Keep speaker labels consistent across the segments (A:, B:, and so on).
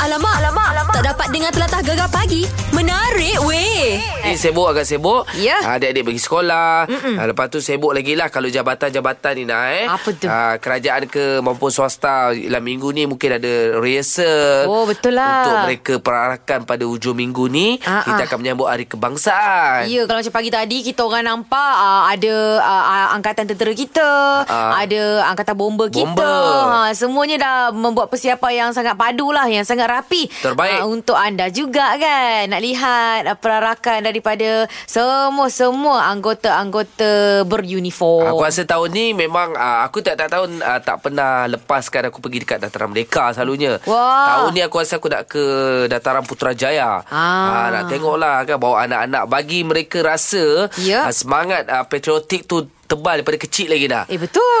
A: Alamak, alamak, alamak. Tak dapat dengar telatah gegar pagi. Menarik weh.
B: Eh.
C: Ni sibuk agak sibuk
A: Ya.
C: Ah, Adik-adik pergi sekolah ha, Lepas tu sibuk lagi lah Kalau jabatan-jabatan ni nak eh
B: Apa tu?
C: Ah, Kerajaan ke maupun swasta Dalam minggu ni mungkin ada rehearsal
B: Oh, betul lah.
C: Untuk mereka perarakan pada hujung minggu ni
B: Ah, ah.
C: Kita akan menyambut hari kebangsaan
B: Ya kalau macam pagi tadi kita orang nampak uh, ada uh, angkatan tentera kita, uh,
C: Ah.
B: ada angkatan bomba kita.
C: Bomba.
B: Ha semuanya dah membuat persiapan yang sangat padu lah, yang sangat rapi.
C: Terbaik.
B: Ah, untuk anda juga kan. Nak lihat uh, perarakan daripada semua-semua anggota-anggota beruniform.
C: Aku rasa tahun ni memang ah, aku tak tak tahun ah, tak pernah lepaskan aku pergi dekat Dataran Merdeka selalunya.
B: Wah.
C: Tahun ni aku rasa aku nak ke Dataran Putrajaya.
B: Ah.
C: nak tengoklah kan bawa anak-anak bagi mereka rasa
B: Ya.
C: ah, semangat ah, patriotik tu tebal daripada kecil lagi dah.
B: Eh betul.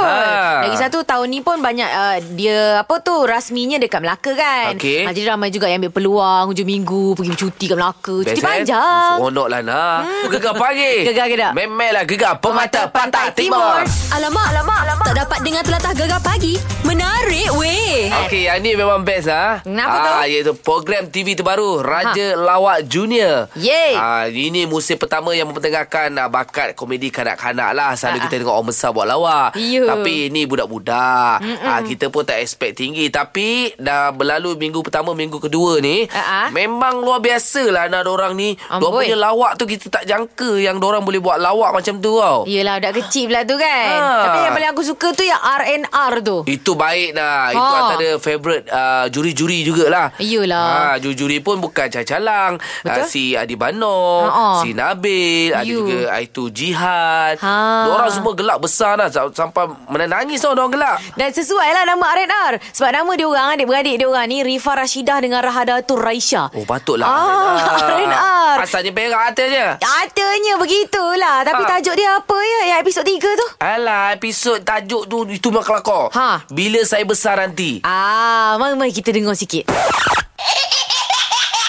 B: Ha.
C: Ha.
B: Lagi satu tahun ni pun banyak uh, dia apa tu rasminya dekat Melaka kan.
C: Okey.
B: Ah, jadi ramai juga yang ambil peluang hujung minggu pergi bercuti kat Melaka. Cuti
C: Best, eh?
B: panjang.
C: Seronok lah nak hmm. Gegar pagi
B: Gegar ke tak?
C: Memelah gegar Pemata, Pantai, Timur.
A: Alamak, alamak, alamak. Tak dapat dengar telatah gegar pagi. Menarik weh.
C: Okey, yang ni memang best lah.
B: Kenapa
C: ah,
B: tu?
C: Iaitu program TV terbaru Raja ha. Lawak Junior.
B: Yeay.
C: Ah, ini musim pertama yang mempertengahkan ah, bakat komedi kanak-kanak lah. Selalu
B: Ah,
C: kita tengok orang besar buat lawak.
B: Ya.
C: Tapi ini budak-budak. Ah, kita pun tak expect tinggi. Tapi dah berlalu minggu pertama, minggu kedua ni.
B: Ah, ah.
C: Memang luar biasa lah anak orang ni. Diorang
B: Amboi.
C: punya lawak tu kita tak jangka yang orang boleh buat lawak macam tu tau.
B: Yelah budak kecil pula tu kan
C: Ha.
B: Tapi yang paling aku suka tu Yang R&R tu
C: Itu baik dah. Itu
B: Ha.
C: antara favourite uh, juri-juri jugalah.
B: Iyalah.
C: Ha, juri-juri pun bukan cacalang.
B: Betul.
C: Uh, si Adi Bano,
B: Ha-ha.
C: si Nabil, ada
B: You.
C: juga uh, itu Jihad.
B: Ha.
C: Diorang semua gelak besar dah. Sa- Sampai menangis tau diorang gelak.
B: dan sesuai lah nama R&R Sebab nama dia orang Adik-beradik dia orang ni Rifa Rashidah dengan Rahadatul Raisha
C: Oh patutlah.
B: Ah, R&R.
C: Asalnya berak atasnya.
B: Katanya begitulah Tapi
C: Ha.
B: tajuk dia apa ya Yang episod 3 tu
C: Alah, episod tajuk tu itu memang kelakar.
B: Ha.
C: Bila saya besar nanti.
B: Ah, mari, mari kita dengar sikit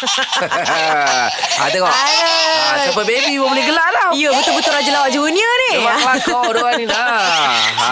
C: ha, tengok. Ha, siapa baby pun boleh gelak lah. tau.
B: Ya betul-betul Raja Lawak Junior ni Ah,
C: Memang Ah. kelakar diorang ni lah. Ha.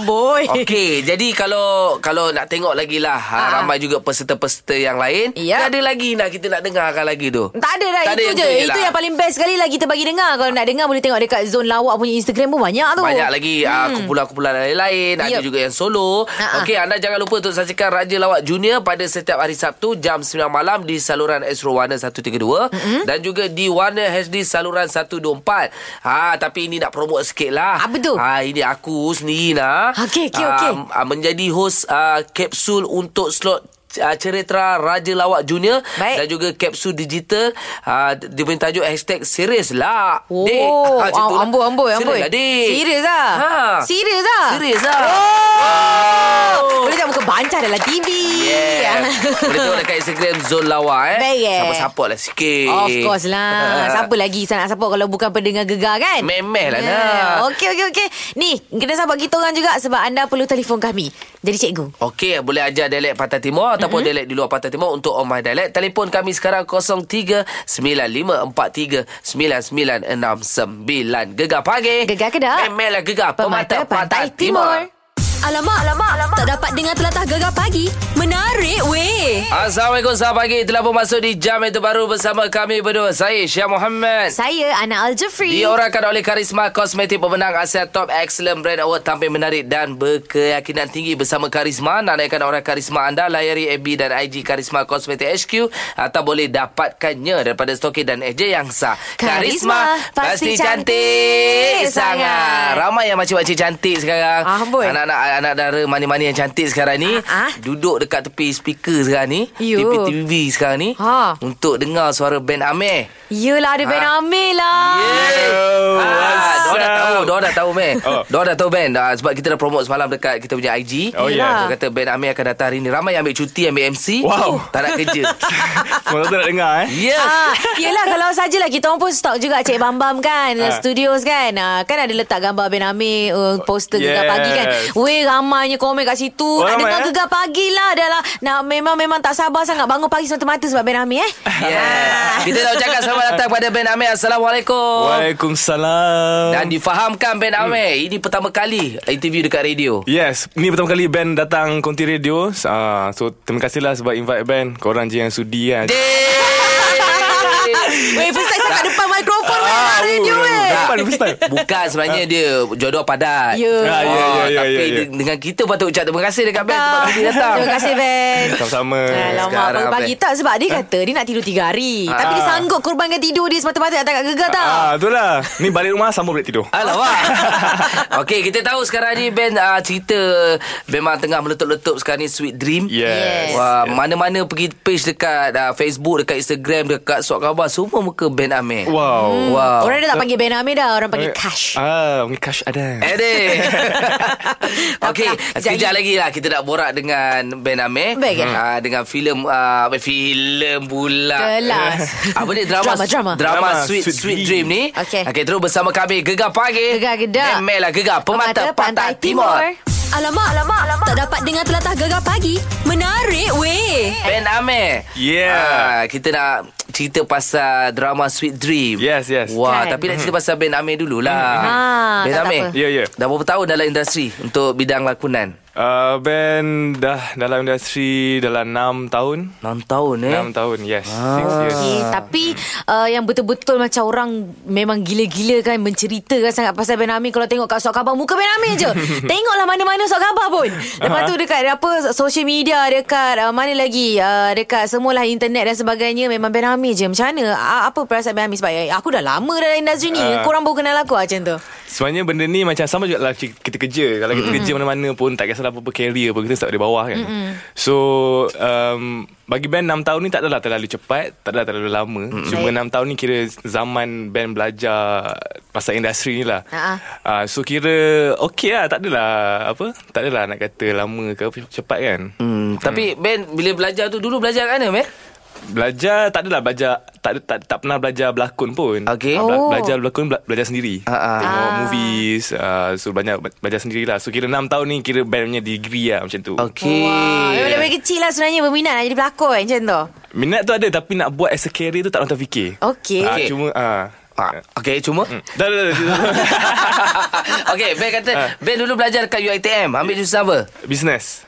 B: Amboi.
C: Okey, jadi kalau kalau nak tengok lagi lah. Ha,
B: Ah.
C: ramai juga peserta-peserta yang lain.
B: Ya.
C: Tak ada lagi nak kita nak dengarkan lagi tu.
B: Tak ada dah
C: Tak ada
B: Itu
C: yang
B: je
C: tu je
B: Itu
C: lah.
B: yang paling best sekali lah Kita bagi dengar Kalau nak dengar boleh tengok Dekat Zon Lawak punya Instagram pun banyak tu
C: Banyak lagi hmm. uh, kumpulan-kumpulan lain-lain Ada
B: Yep.
C: juga yang solo
B: Ha-ha.
C: Okey, anda jangan lupa untuk saksikan Raja Lawak Junior Pada setiap hari Sabtu jam 9 malam Di saluran Astro Warna 132 mm-hmm. Dan juga di Warna HD saluran 124 ha, Tapi ini nak promote sikit lah
B: Apa tu?
C: Ha, ini aku sendiri lah
B: Ah, Okey, okey, okey.
C: ah, Menjadi host uh, kapsul untuk slot ah, Cerita Raja Lawak Junior
B: Baik.
C: Dan juga kapsul digital uh, Dia punya tajuk hashtag Serius lah
B: Oh,
C: Dik. Ah, macam tu lah.
B: amboi, amboi, amboi.
C: Serius lah, dik.
B: Serius lah.
C: Ha.
B: Serius lah.
C: Serius lah.
B: Oh. Boleh tak muka bancah dalam TV.
C: Yeah. Boleh tengok dekat Instagram Zon Lawa eh.
B: Baik, eh.
C: Support-support lah sikit.
B: Of course lah Siapa lagi Saya nak support Kalau bukan pendengar gegar kan
C: Memeh lah, Nak.
B: Okey okey okey Ni Kena support kita orang juga Sebab anda perlu telefon kami Jadi cikgu
C: Okey, boleh ajar dialek Pantai Timur ataupun mm-hmm. dialek di luar Pantai Timur untuk Oh My Dialect. Telefon kami sekarang 0395439969. Gegar pagi.
B: Gegar ke tak?
C: Memeh lah gegar pemata, Pantai, Timur.
A: Alamak, alamak, alamak. Tak dapat dengar telatah gegar pagi. Menarik weh.
C: Assalamualaikum, selamat pagi. Telah pun masuk di jam yang terbaru bersama kami berdua. Saya Syah Muhammad.
B: Saya Ana Al-Jafri
C: Diorakan oleh Karisma Kosmetik pemenang Asia Top Excellent Brand Award tampil menarik dan berkeyakinan tinggi bersama Karisma. Nak naikkan orang Karisma anda, layari FB dan IG Karisma Kosmetik HQ atau boleh dapatkannya daripada stoki dan ejen yang sah.
B: Karisma, pasti cantik sangat.
C: Ramai yang makcik-makcik cantik sekarang.
B: Ah, boy.
C: Anak-anak anak dara mani-mani yang cantik sekarang ni.
B: Ah, ah.
C: Duduk dekat tepi speaker sekarang ni.
B: Yo.
C: TV-TV sekarang ni.
B: Ha.
C: Untuk dengar suara band Amir.
B: Yelah ada Ben
C: Ha.
B: Amir lah
C: Hello. Ah,
D: what's
C: Diorang dah
D: up?
C: tahu, diorang dah tahu Ben.
D: Oh.
C: Diorang dah tahu Ben. Ah, sebab kita dah promote semalam dekat kita punya IG.
D: Oh,
B: yeah.
C: Dia kata Ben Amir akan datang hari ni. Ramai yang ambil cuti, ambil MC.
D: Wow.
C: Tak nak kerja. Ya.
D: Semua tu nak dengar eh
C: yes.
B: Ah, yelah kalau sajalah kita orang pun stok juga Cik Bambam kan
D: Ah.
B: Studios kan ah, Kan ada letak gambar Ben Amir uh, Poster yes. gegar
D: Yes.
B: pagi kan Weh Eh ramainya komen kat situ.
D: Oh,
B: nak
D: ramai,
B: dengar
D: eh?
B: gegar pagi lah. Dah lah. Nak memang memang tak sabar sangat bangun pagi semata-mata sebab Ben Ami eh.
C: Yeah. Ya. Kita nak ucapkan selamat datang kepada Ben Amir. Assalamualaikum.
D: Waalaikumsalam.
C: Dan difahamkan Ben Amir, ini pertama kali interview dekat radio.
D: Yes, ni pertama kali band datang konti radio. Uh, so terima kasihlah sebab invite band. Korang je yang sudi kan.
C: Dek!
B: Weh first time cakap depan mikrofon weh.
C: Ah,
B: Hari ni
D: oh,
B: weh.
D: Depan first time.
C: Bukan sebenarnya dia jodoh padat.
B: Ya.
D: Ah, ya,
C: Oh,
D: ya, ya,
C: tapi
D: ya, ya.
C: de- dengan kita patut ucap terima kasih dekat Ben sebab dia datang.
B: Ah,
C: Eh,
B: Terima kasih Ben.
D: Sama-sama.
B: Alamak
C: Sekarang, Ah.
B: pagi-pagi
C: Ben.
B: tak Sebab dia kata Dia nak tidur tiga hari Tapi dia sanggup korbankan tidur dia Semata-mata datang kat gegar tau
D: Ah, itulah. Ni balik rumah sambung boleh tidur.
C: Alamak Okay kita tahu sekarang ni Ben uh, cerita Memang tengah meletup-letup sekarang ni Sweet Dream
D: Yes.
C: Wah, mana-mana pergi page dekat uh, Facebook, dekat Instagram, dekat Suat Khabar Semua muka Ben Amir
D: Wow.
C: Wow
B: Orang dah tak panggil Ben Amir dah Orang panggil Cash
D: Ah, panggil cash ada.
C: Eh deh Okay
B: Takpelah, sekejap
C: Sekejap
B: lagi.
C: lagi lah Kita nak borak dengan Ben Amir
B: Baik, kan?
C: Ah, Dengan filem uh, Filem pula
B: Kelas.
C: Apa ni
B: Drama,
C: drama
B: drama.
C: Drama,
D: Drama
C: Sweet, Sweet,
D: Sweet
C: Dream. ni
D: Dream.
B: Okey.
C: Okay terus bersama kami Gegar Pagi
B: Gegar Gedak.
C: Memelah Gegar Pemata, Pemata Pantai, Timur,
A: Alamak, alamak, alamak. Tak dapat dengar telatah gegar pagi. Menarik weh.
C: Ben Amir
D: Yeah.
C: Ah, Kita nak cerita pasal drama Sweet Dream
D: Yes, yes. Mm-hmm.
C: Wah
B: Kan?
C: tapi nak cerita pasal Ben Amir dululah
B: Ha,
C: Ben
B: tak- tak
C: Amir
B: apa.
D: Ya, ya.
C: Dah berapa tahun dalam industri Untuk bidang lakonan
D: Uh, band dah dalam industri dalam 6 tahun.
C: 6 tahun eh
D: 6 tahun, yes. 6 years.
B: Okay, Eh, tapi uh, yang betul-betul macam orang memang gila-gila kan menceritakan sangat pasal Ben Amir kalau tengok kat surat khabar muka Ben Amir je. Tengoklah mana-mana surat khabar pun. Lepas tu dekat apa social media dekat uh, mana lagi uh, dekat semualah internet dan sebagainya memang Ben Amir je. Macam mana uh, apa perasaan Ben Amir sebab eh, aku dah lama dalam industri ni.
D: Ah.
B: Korang baru kenal aku ah, macam tu.
D: Sebenarnya benda ni macam sama juga lah ki- kita kerja. Kalau kita mm-hmm. kerja mana-mana pun tak kisahlah apa-apa career pun kita start dari bawah kan. Mm-hmm. So um, bagi band 6 tahun ni tak adalah terlalu cepat, tak adalah terlalu lama. Mm-hmm. Cuma
B: Baik.
D: 6 tahun ni kira zaman band belajar pasal industri ni lah.
B: Ha-ha.
D: Uh, so kira okey lah tak adalah apa? Tak adalah nak kata lama ke apa cepat kan.
B: Mm.
C: Hmm, tapi Ben bila belajar tu dulu belajar kat mana Ben?
D: Belajar tak adalah belajar tak ada- tak, tak pernah belajar berlakon pun.
C: Okey.
D: Ah, bela-
B: Oh.
D: Belajar berlakon bela- belajar sendiri.
C: Ah, ah.
D: Tengok movies uh, so banyak be- belajar sendirilah. So kira 6 tahun ni kira band punya degree lah macam tu.
C: Okey.
B: Wah,
D: Eh.
B: memang dari kecil lah sebenarnya berminat nak jadi pelakon macam tu.
D: Minat tu ada tapi nak buat as a career tu tak pernah terfikir.
B: Okey.
D: Ah,
C: Okey.
D: cuma ah.
C: Ah, Okey, cuma
D: Dah dah dah.
C: Okey, Ben kata
D: Mm.
C: Ben dulu belajar dekat UiTM, ambil jurusan apa?
D: Business.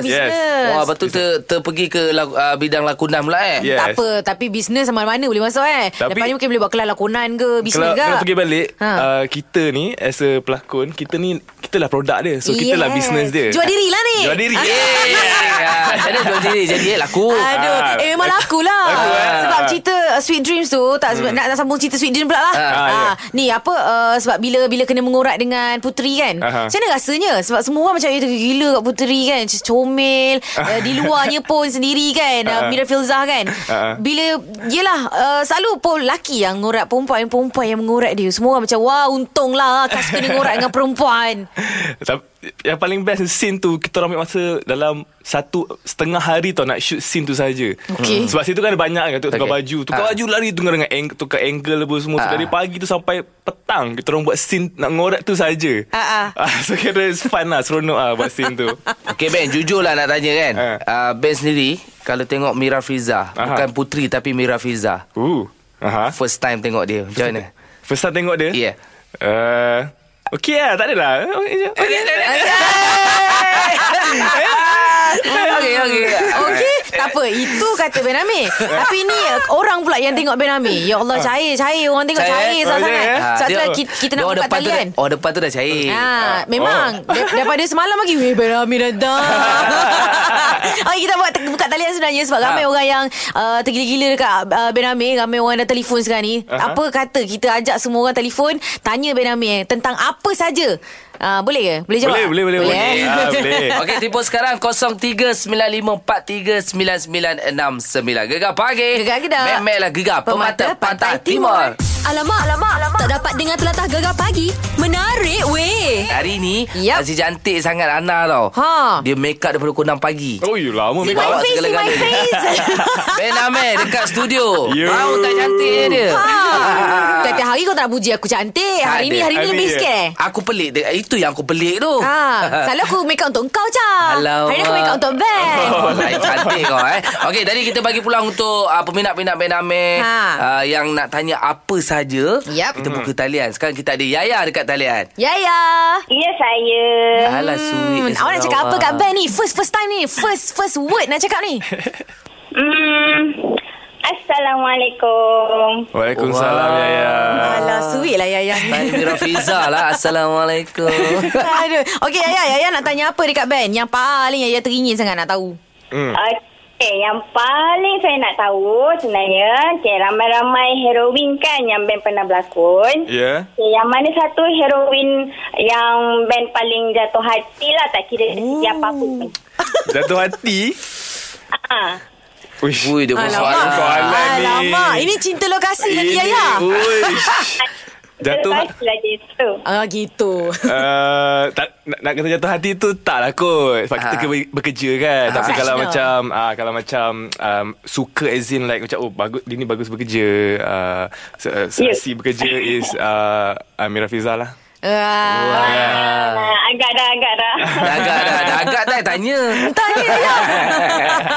B: Oh, business. Yes.
C: Wah, betul ter, terpergi ke laku, uh, bidang lakonan pula eh.
D: Yes.
B: Tak apa Tapi bisnes sama mana boleh masuk eh
D: Tapi-
B: Lepas ni mungkin boleh buat kelas lakonan ke Bisnes
D: kalau,
B: ke
D: kalau pergi balik
B: Ha.
D: ha. uh, Kita ni As a pelakon Kita ni Kita lah produk dia So kita lah
B: Yes.
D: business dia
B: Jual diri lah ni.
D: Jual diri
C: Yeah. Ah, Jadi jual diri jadi eh, laku.
B: Aduh,
D: Ah.
B: eh memang laku lah
D: Laku, eh?
B: Sebab cerita uh, Sweet Dreams tu tak hmm. nak, nak sambung cerita Sweet Dreams pula lah
C: Ah,
B: ah,
D: ya.
B: Ni apa uh, Sebab bila bila kena mengorat dengan Puteri kan
D: Aha.
B: Macam mana rasanya Sebab semua orang macam "Eh, Gila kat Puteri kan Macam Comel uh, Di luarnya pun sendiri kan uh,
D: Ah.
B: Mira Filzah kan
D: Ah.
B: Bila Yelah uh, Selalu pun laki yang ngorat perempuan Perempuan yang mengorat dia Semua orang macam Wah untung lah Kas kena ngorat dengan perempuan
D: Tapi yang paling best scene tu kita orang ambil masa dalam satu setengah hari tau nak shoot scene tu saja.
B: Okey.
D: Sebab situ kan ada banyak kan tukar
C: Okey.
D: okay. baju, tukar
C: Ah.
D: baju lari tukar dengan ang- tukar angle apa semua. So,
C: Ah.
D: dari pagi tu sampai petang kita orang buat scene nak ngorak tu saja.
B: Ah,
D: so kira it's fun lah, seronok ah buat scene tu.
C: Okey Ben, jujur lah nak tanya kan.
D: Ah.
C: Uh, ben sendiri kalau tengok Mira Fiza,
D: Aha. Ha?
C: bukan putri tapi Mira Fiza.
D: Ooh. Aha.
C: First time tengok dia. Macam mana?
D: First time tengok dia?
C: Yeah.
D: Uh, okay lah, tak adalah. Okay, je. okay.
C: Okey, okey.
B: Okey, tak apa. Itu kata Ben Amir. Tapi ni orang pula yang tengok Ben Amir. Ya Allah, cair, cair. Orang tengok cair
C: Cair.
B: sangat-sangat.
D: Oh,
C: Ah,
B: Sebab tu
C: dia-
B: lah kita, kita nak
C: dia orang
B: buka kan?
C: depan tu
B: talian.
C: dah- Oh depan tu dah cair
B: Ha, memang oh. Daripada semalam lagi Weh Ben Amir datang Okay kita buat Buka talian sebenarnya Sebab ramai
C: Ha.
B: orang yang uh, Tergila-gila dekat uh, Ben Amir Ramai orang dah telefon sekarang ni
D: Aha.
B: Apa kata Kita ajak semua orang telefon Tanya Ben Amir Tentang apa saja uh, Boleh ke? Boleh jawab?
D: Boleh, boleh, boleh.
B: boleh. eh?
D: Ah, boleh.
C: Okey, telefon sekarang 0395439969. Gegar pagi.
B: Gegar Kedah.
C: Memelah Gegar Pemata, lah Pantai, Timur.
E: Alamak, alamak, alamak. Tak dapat dengar telatah gegar pagi. Menarik weh.
C: Hari ni
B: Yep.
C: Aziz cantik sangat Ana tau
B: Ha.
C: Dia make up daripada pukul 6 pagi
D: Oh, you lama
C: Si
D: make
B: My
C: Bawa
D: up.
B: face, see my
C: segala-galanya.
B: face.
C: Ben Amir dekat studio
D: Yo.
C: Mau tak cantik je dia
B: Ha. Ah. Tiap-tiap hari kau tak nak puji aku cantik. Hari
C: Tak
B: ni,
C: ada.
B: hari ni
D: Hari
B: lebih
D: ni,
B: sikit. eh?
C: Aku pelik dia. Itu yang aku pelik tu
B: Ha, selalu aku make up untuk kau, Cha.
C: Alamak.
B: Hari ni aku make up untuk Ben.
C: Oh, lain cantik kau eh. Okey, tadi kita bagi peluang untuk uh, peminat-peminat Ben Amir
B: Ha.
C: uh, yang nak tanya apa saja.
B: Yap.
C: Kita buka talian. Sekarang kita ada Yaya dekat talian.
B: Ya, ya.
F: Ya saya.
C: Alah sweet. lah.
B: Hmm,
C: dia
B: awak nak cakap apa
C: seorang.
B: kat Ben ni? First first time ni. First first word nak cakap ni.
F: Hmm. Assalamualaikum.
D: Waalaikumsalam,
C: Wow.
D: ya, ya.
C: Ah.
B: Alah, sweet lah Yaya
C: Baik, Mira Fiza lah. Assalamualaikum.
B: Aduh. Okey, Yaya, Yaya nak tanya apa dekat Ben? Yang paling Yaya teringin sangat nak tahu.
D: Hmm.
F: Okey, yang paling saya nak tahu sebenarnya, okey, ramai-ramai heroin kan yang Ben pernah berlakon.
D: Ya.
F: Okey, yang mana satu heroin yang Ben paling jatuh hati lah, tak kira oh. siapa pun.
D: Jatuh hati.
F: Ah.
D: Uish.
C: Ui, dia buat soalan.
D: Soalan ni.
B: Alamak, ini cinta lokasi lagi Yaya.
D: Uish. Jatuh lah.
F: Lepas lagi tu.
B: Ah gitu.
D: Uh, tak, nak, nak kata jatuh hati tu tak lah kot Sebab kita
C: Ah.
D: ke- bekerja kan Tapi kalau
B: Professional.
D: macam uh, Kalau macam um, Suka as in like Macam oh bagus Dia ni bagus bekerja uh, se- uh, Serasi bekerja is uh, Amira Fiza lah
B: Ah.
F: Ah, agak dah, agak dah.
C: Dah agak dah. Dah agak dah tanya.
B: Tanya Yaya.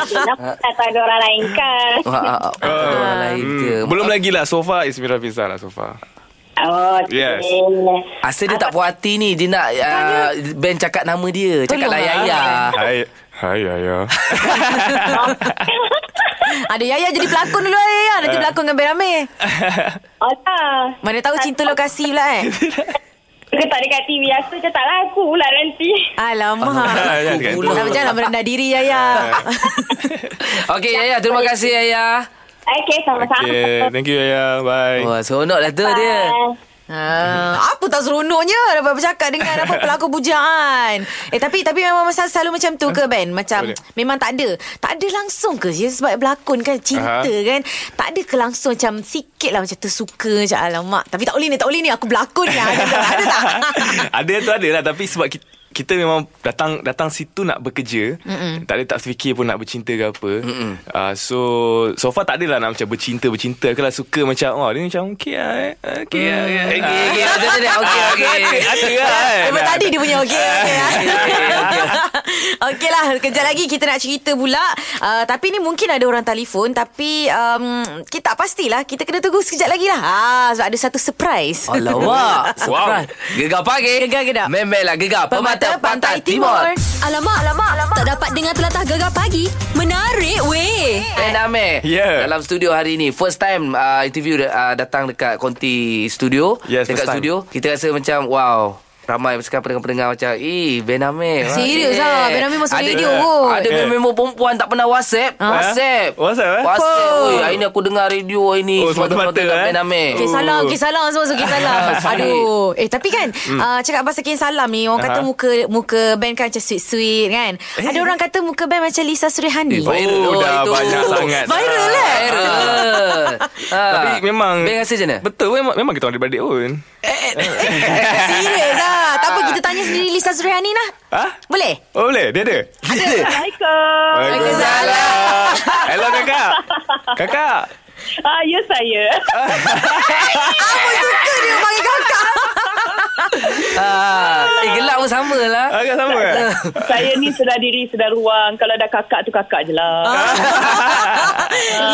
F: Kenapa
D: Ah.
F: tak tahu ada orang lain kan?
C: Wah, ah, ah, ada orang lain ke?
D: hmm, Belum lagi lah So far is Amira Fiza lah so far
F: Oh,
D: Yes.
F: okey.
C: Asal dia tak puas hati ni Dia nak uh, Ben cakap nama dia Cakap
B: Tolonglah.
C: lah Yaya
D: Hai Hai Yaya
B: Ada Yaya jadi pelakon dulu Yaya. Nanti berlakon dengan Ben Amir.
F: Oh, tak.
B: Mana tahu cinta lokasi pula eh.
F: Ke tak dekat TV Aku je tak laku pula nanti
B: Alamak.
D: Jangan cakap
C: Pula.
D: tu.
B: Tak macam nak merendah diri Yaya.
C: Okey Yaya Terima kasih Yaya
F: Okay sama-sama
D: Okay Thank you Yaya Bye
C: Wah seronok lah tu dia
B: Ah, apa tak seronoknya dapat bercakap dengan apa pelakon bujaan. Eh tapi tapi memang masa selalu macam tu ke Ben? Macam
D: Hmm. Boleh.
B: memang tak ada. Tak ada langsung ke je sebab berlakon kan cinta
D: Aha.
B: kan. Tak ada ke langsung macam sikit lah macam tersuka macam alamak. Tapi tak boleh ni tak boleh ni aku berlakon ni. Ada tak? Ada tak?
D: ada tu ada lah Tapi sebab kita kita memang datang datang situ nak bekerja Mm-mm. tak ada tak fikir pun nak bercinta ke apa uh, so so far tak adalah nak macam bercinta bercinta kalau suka macam oh dia macam okey ah eh, okey ah eh.
C: Okey okey Macam tu
D: Ah,
C: dia Okey okey
D: ada ada lah kan
B: Memang tadi dia punya okey okey.
C: Ah, okey.
B: Okey lah Kejap lagi kita nak cerita pula uh, Tapi ni mungkin ada orang telefon Tapi um, Kita tak pastilah Kita kena tunggu sekejap lagi lah ah, Sebab ada satu surprise
C: Alamak Surprise. Gegar pagi
B: Gegar ke tak?
C: Memel lah gegar Pemata Pantai Timur
E: Alamak, alamak, alamak. Tak dapat dengar telatah gegar pagi. Menarik weh.
B: Eh.
C: Ben Amir
D: Yeah.
C: Dalam studio hari ni First time uh, interview uh, datang dekat Konti Studio
D: Yes, first
C: Dekat
D: time.
C: studio Kita rasa macam wow Ramai sekarang pendengar-pendengar macam Eh Ben Amir
B: Serius lah, Ben Amir masuk
C: Ada-
B: radio Oh. kot.
C: Ada
D: Yeah.
C: member perempuan tak pernah whatsapp Whatsapp
D: WhatsApp, eh?
C: Whatsapp
B: Oh.
C: Oi, Hari ni aku dengar radio hari ni
D: Oh, semata-mata,
C: dekat
D: eh?
C: Ben Amir
B: Okey salam, okey salam semua okey salam.
C: Sorry.
B: Aduh. Eh tapi kan hmm. uh, cakap pasal kain salam ni orang kata
D: Aha.
B: muka muka band kan macam sweet-sweet kan. Ada orang kata muka band macam Lisa Surihani.
C: Eh, viral tu,
D: Oh, dah
C: itu.
D: banyak sangat.
B: Viral eh. Ah.
C: Viral Ha.
D: Ah, tapi memang
C: Ben rasa macam mana?
D: betul memang, memang kita orang adik-beradik pun
B: Serius lah. Tak apa kita tanya sendiri Lisa Surihani lah.
D: ha
B: Boleh?
D: oh boleh dia ada
F: Assalamualaikum
D: Waalaikumsalam hello kakak kakak
F: Ah, Ya saya
B: Suka dia panggil kakak.
C: Ah, Eh gelap pun sama lah
D: agak sama kan
F: Saya ni sudah diri sudah ruang Kalau dah kakak tu kakak je
B: Ah.
F: lah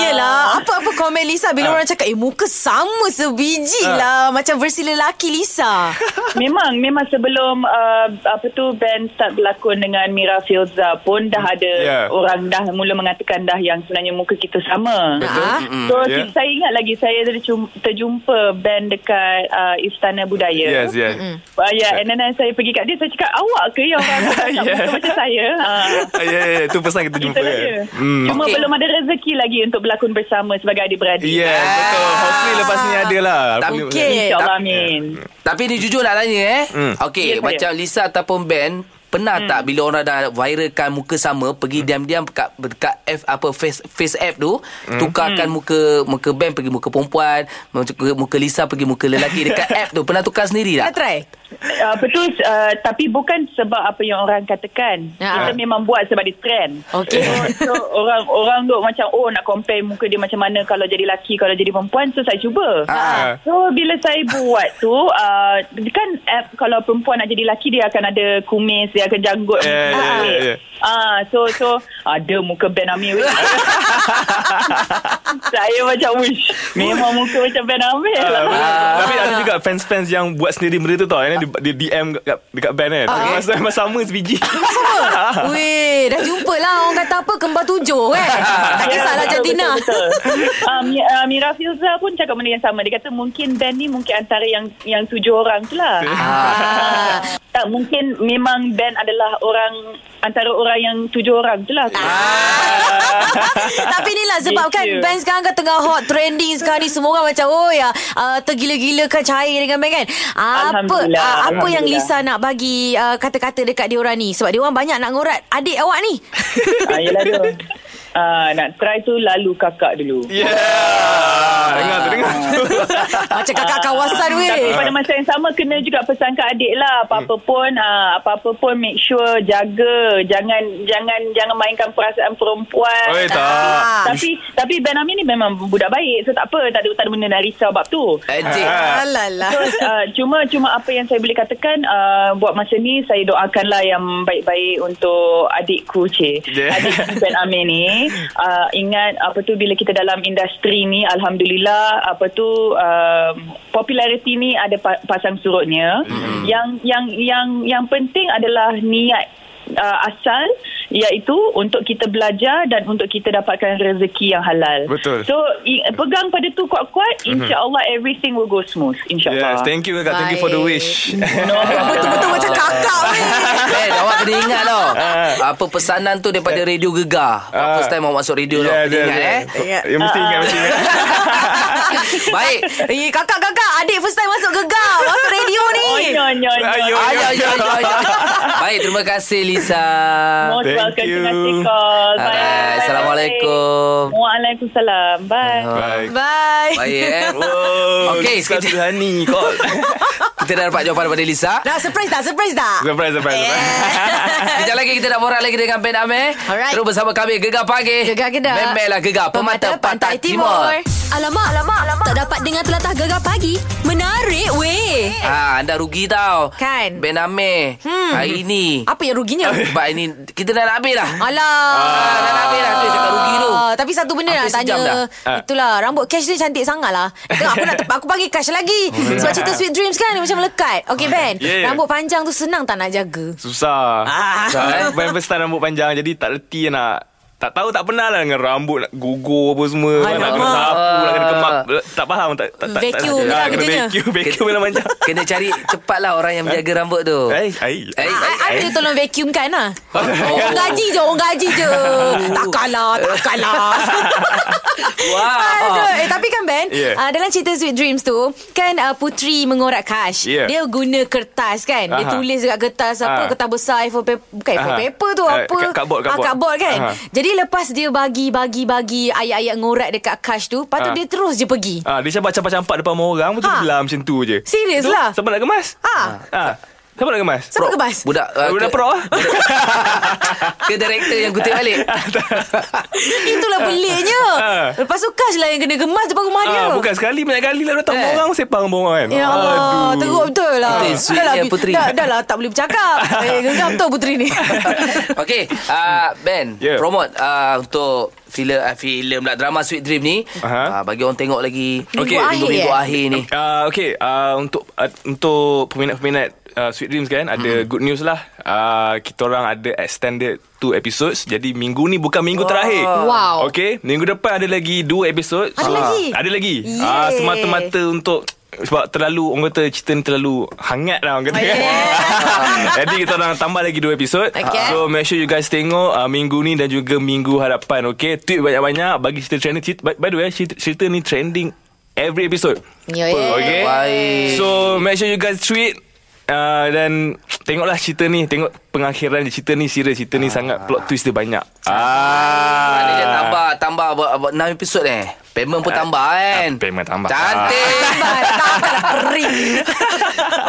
B: Yelah Apa-apa komen Lisa Bila orang cakap Eh muka sama sebiji lah Macam versi lelaki Lisa
F: Memang Memang sebelum uh, Apa tu Ben start berlakon dengan Mira Filza pun Dah ada
D: Ya.
F: yeah. Orang dah mula mengatakan dah Yang sebenarnya muka kita sama
B: Ah.
F: So
D: ya.
F: yeah. saya ingat lagi Saya terjum- terjumpa Ben dekat uh, Istana Budaya
D: yes yes
F: Uh, ya, yeah, and then saya pergi kat dia Saya cakap awak ke yang orang tak
D: Yeah.
F: muka macam saya ha.
D: Ah, Ya, ya, ya. tu pesan kita jumpa
F: Kita
D: kan.
F: saja
D: Hmm.
F: Cuma
C: Okey.
F: okay. belum ada rezeki lagi Untuk berlakon bersama Sebagai adik-beradik
D: Yes,
B: Ah,
D: betul. Ya, Hopefully lepas ni ada lah. Hopefully-
B: Okey
F: InsyaAllah amin
C: Tapi ni jujur nak tanya eh
D: Hmm.
C: Okay
F: Ya, saya.
C: macam Lisa ataupun Ben Pernah
B: Hmm.
C: tak bila orang dah viralkan muka sama pergi
D: Hmm.
C: diam-diam dekat dekat F apa face face app tu
D: Hmm.
B: Hmm.
C: tukarkan muka muka band pergi muka perempuan, muka, muka Lisa pergi muka lelaki dekat app tu. Pernah tukar sendiri
B: Nak
C: tak?
B: try?
F: Uh, betul uh, tapi bukan sebab apa yang orang katakan.
B: Ya.
F: Kita memang buat sebab dia trend.
B: Okey.
F: So, so orang orang duk macam oh nak compare muka dia macam mana kalau jadi lelaki kalau jadi perempuan so saya cuba.
C: Ah.
F: So bila saya buat tu uh, kan app kalau perempuan nak jadi lelaki dia akan ada kumis dia akan janggut.
D: Ya, ya,
F: Ah.
D: ya, ya.
F: Ah so so ada muka Ben Amir weh. saya macam wish memang muka macam Ben Amir lah.
D: Ah. Tapi ada juga fans-fans yang buat sendiri benda tu tau. Yang dia, dia DM dekat, dekat band kan. Okay. Masa memang sama sebiji.
B: Apa? Weh, dah jumpa lah. Orang kata apa, kembar tujuh eh. Tak kisahlah
F: Ah, betul,
B: jantina.
F: betul, betul. um, Mi- uh, Mira Filza pun cakap benda yang sama. Dia kata mungkin band ni mungkin antara yang yang tujuh orang tu lah.
B: Ah.
F: tak, mungkin memang band adalah orang antara orang yang tujuh orang tu lah.
B: Tapi ni lah sebab kan
F: Yes, yeah.
B: band sekarang kan tengah hot trending sekarang ni semua orang macam oh ya uh, tergila-gilakan cair dengan band kan. Apa
F: Alhamdulillah.
B: uh, apa yang Lisa
F: Alhamdulillah.
B: nak bagi uh, kata-kata dekat diorang ni sebab diorang banyak nak ngorat adik awak ni.
F: Ah, yelah tu. Ah, nak try tu lalu kakak dulu.
D: Yeah. Dengar tu, dengar tu.
B: macam kakak kawasan
F: Tapi
B: weh.
D: Eh.
F: pada masa yang sama kena juga pesan ke adik lah apa-apa
D: Hmm.
F: pun ah, apa-apa pun make sure jaga jangan jangan jangan mainkan perasaan perempuan.
D: Oi, tak.
F: Tapi tapi Ben Amin ni memang budak baik So tak apa Tak ada, tak ada benda nak risau bab tu
C: Encik.
B: Alalah.
F: So, uh, cuma cuma apa yang saya boleh katakan uh, buat masa ni saya doakanlah yang baik-baik untuk adikku cik
D: Yeah.
F: adikku Ben Amir ni uh, ingat apa tu bila kita dalam industri ni alhamdulillah apa tu uh, populariti ni ada pa- pasang surutnya mm. yang yang yang yang penting adalah niat uh, asal iaitu untuk kita belajar dan untuk kita dapatkan rezeki yang halal.
D: Betul.
F: So i- pegang pada tu kuat-kuat insya-Allah everything will go smooth
D: Yes,
F: insya-Allah.
D: thank you Kak. Thank you for the wish.
B: Betul-betul macam kakak weh.
C: Ben, awak kena ingat tau. Apa pesanan tu daripada Radio Gegar.
D: Ya. Ah.
C: First time awak masuk radio yeah,
D: Yeah,
C: Kena
D: yeah,
C: ingat eh.
D: yeah. Ya, mesti ingat, mesti ingat.
C: Baik.
B: Eh kakak-kakak adik first time masuk gegar masuk radio ni.
F: Oh, no, no, no.
D: Ayo,
C: Ayo, ayo, ayo, ayo. Baik, terima kasih Lisa.
F: Most
D: Thank
F: welcome
D: you.
F: to Nasi Call. Bye.
C: Alright, Assalamualaikum.
F: Waalaikumsalam. Bye.
D: Baik.
B: Bye.
C: Baik eh.
D: Wow,
C: Okey,
D: Kak
C: sekejap.
D: Sudhani kot.
C: Kita dah dapat jawapan daripada Lisa.
B: Dah surprise tak? Surprise tak?
D: Surprise, surprise, surprise.
C: Sekejap lagi kita nak borak lagi dengan Ben Amir.
B: Alright.
C: Terus bersama kami Gegar Pagi.
B: Gegar Kedah.
C: Memelah Gegar Pemata, Pantai, Timur. Timur.
A: Alamak, alamak, alamak. Tak dapat dengar telatah gegar pagi. Menarik weh.
C: Ah, anda rugi tau.
B: Kan?
C: Ben Amir.
B: Hmm.
C: Hari ini.
B: Apa yang ruginya?
C: Sebab ini kita dah nak habis dah.
B: Alah.
C: Ah, dah nak habis dah. Tu cakap rugi tu.
B: Ah, Tapi satu benda
C: Hampir
B: nak tanya.
C: sejam dah.
D: Ah.
B: Itulah, rambut cash dia cantik sangat lah. Eh, Tengok, aku nak tep- aku panggil cash lagi.
C: Oh.
B: Sebab cerita Sweet Dreams kan, dia macam melekat. Okay,
C: Ah,
B: Ben.
D: Yeah.
B: Rambut panjang tu senang tak nak jaga?
D: Susah.
B: Ah.
D: Susah. Band first time rambut panjang jadi tak reti nak tak tahu tak pernah lah dengan rambut nak gugur apa semua nak kena
B: Alamak.
D: sapu lah kena kemak tak faham tak tak tak
B: Vacuum
D: tak,
B: lah
D: kena
B: kerjanya.
D: vacuum vacuum bila panjang
C: Kena cari cepatlah orang yang menjaga rambut tu.
D: ai Oh. ai
C: Eh,
B: Ah,
C: eh,
B: Ada tolong vacuum kan lah. Orang gaji je, orang gaji je. Takkanlah, takkanlah.
C: Wow.
B: Aduh. Eh, tapi kan Ben,
D: Yeah.
B: ah, dalam cerita Sweet Dreams tu, kan ah, Putri mengorak Kash.
D: Yeah.
B: Dia guna kertas kan. Dia
D: Aha.
B: tulis dekat kertas apa,
D: Ah.
B: kertas besar, A4 paper. Bukan A4
D: Aha.
B: paper tu,
D: Eh,
B: apa.
D: kad- kadbod,
B: Ah,
D: kadbod.
B: kadbod kan.
D: Aha.
B: Jadi lepas dia bagi, bagi, bagi ayat-ayat ngorak dekat Kash tu, lepas tu
D: Ah.
B: dia terus je pergi.
D: ah dia campak-campak depan orang betul
B: Ah.
D: gelam macam tu je
B: Serius
D: Tu,
B: lah.
D: siapa nak kemas
B: Ah.
D: ah siapa nak kemas
B: Siapa
C: Pro-
B: kebas?
C: Budak
D: Ah,
C: ah,
D: budak
C: ke-
D: pro ah
C: Ke director yang kutip balik
B: Itulah peliknya.
D: Ah.
B: Lepas tu Kash lah yang kena gemas depan rumah dia.
D: ah bukan sekali banyak kali lah datang
C: Eh.
D: orang sepang orang kan
B: Ya Allah
D: Aduh.
B: Teruk betul lah
C: Itu yang sweetnya
B: dah lah,
C: Puteri.
B: Dah, dah lah tak boleh bercakap eh, Geram betul Puteri ni
C: Okay uh, Ben yeah.
D: Yeah.
C: Promote uh, Untuk filem uh, filem pula Drama Sweet Dream ni uh
D: Aha.
C: Bagi orang tengok lagi
B: Minggu akhir,
C: Minggu-minggu
B: eh?
C: akhir ni
D: Uh, okay, uh, untuk uh, untuk peminat-peminat uh, Sweet Dreams kan ada
B: Hmm.
D: good news lah. Uh, kita orang ada extended two episodes. Jadi minggu ni bukan minggu terakhir.
B: Wow.
D: Okay, minggu depan ada lagi dua episod.
B: Ada lagi?
D: Ada lagi.
B: Yeay.
D: Ah, semata-mata untuk sebab terlalu orang kata cerita ni terlalu hangat lah
B: Oh,
D: orang kata kan. Jadi kita orang tambah lagi dua episod.
B: Okay.
D: So make sure you guys tengok uh, minggu ni dan juga minggu hadapan. Okay, tweet banyak-banyak bagi cerita trending. Cerita, by, by the way, cerita, cerita ni trending every episode.
B: Ya, ya.
D: Okay.
C: Baik.
D: So make sure you guys tweet uh, dan Tengoklah cerita ni Tengok pengakhiran dia Cerita ni serius Cerita ni sangat Plot twist dia banyak Ah,
C: Maknanya tambah Tambah ber- ber- 6 episod eh Payment pun tambah kan
D: ah, payment tambah.
C: Cantik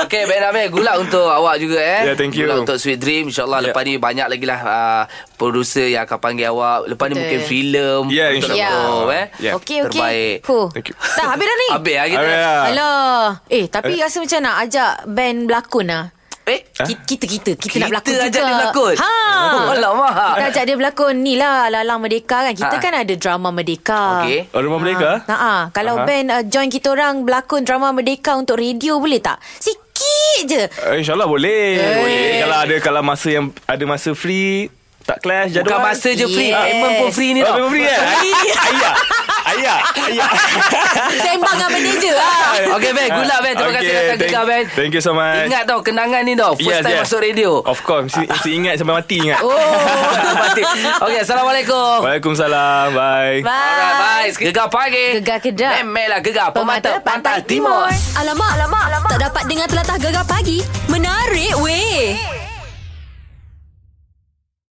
C: Okay Ben Amir Gula untuk awak juga eh
D: Ya, thank you.
C: Gula untuk Sweet Dream InsyaAllah yeah.
D: Ya.
C: lepas ni Banyak lagi lah uh, Producer yang akan panggil awak Lepas ni
B: Betul.
C: mungkin filem
D: Ya,
C: untuk
B: insyaAllah.
C: tutup, eh.
D: Ya.
B: Okey, okey.
C: Terbaik
B: Huh.
D: Thank you.
B: Dah habis dah ni.
C: Habis lah kita
D: Habis lah.
B: Alah. Eh, tapi rasa macam nak ajak band berlakon lah.
C: Eh
B: Ha? Kita, kita, kita, kita nak berlakon
C: Kita
B: juga.
C: ajak dia berlakon?
B: Ha.
C: Oh, alamak.
B: Kita ajak dia berlakon ni lah Alang-alang Merdeka kan. Kita
C: Ha.
B: kan ada drama Merdeka.
C: Okey.
D: Oh, Rumah Merdeka?
B: Ha. Ha. Kalau
D: Aha.
B: band uh, join kita orang berlakon drama Merdeka untuk radio boleh tak? Sikit je.
D: Eh, InsyaAllah boleh. boleh. Kalau ada kalau masa yang ada masa free tak clash jadual.
C: Bukan masa je free
B: Yes.
C: Payment pun free ni
D: Oh,
C: tau
D: memang free kan? Ayah. Ayah. Ayah.
B: Sembang dengan manager lah.
C: Okay Ben Gula Ben Terima kasih
D: Okay,
C: datang
D: thank-
C: kita Ben
D: Thank you so much.
C: Ingat tau kenangan ni tau First
D: Yes,
C: time
D: yes.
C: masuk radio
D: Of course. Mesti, mesti ingat sampai mati ingat.
C: Oh mati. Okay Assalamualaikum
D: Waalaikumsalam. Bye.
C: Alright, bye. Gegar pagi.
B: Gegar Kedah.
C: Memelah gegar pemata, pantai, timur.
A: Alamak, alamak, alamak. Tak dapat dengar telatah gegar pagi. Menarik weh.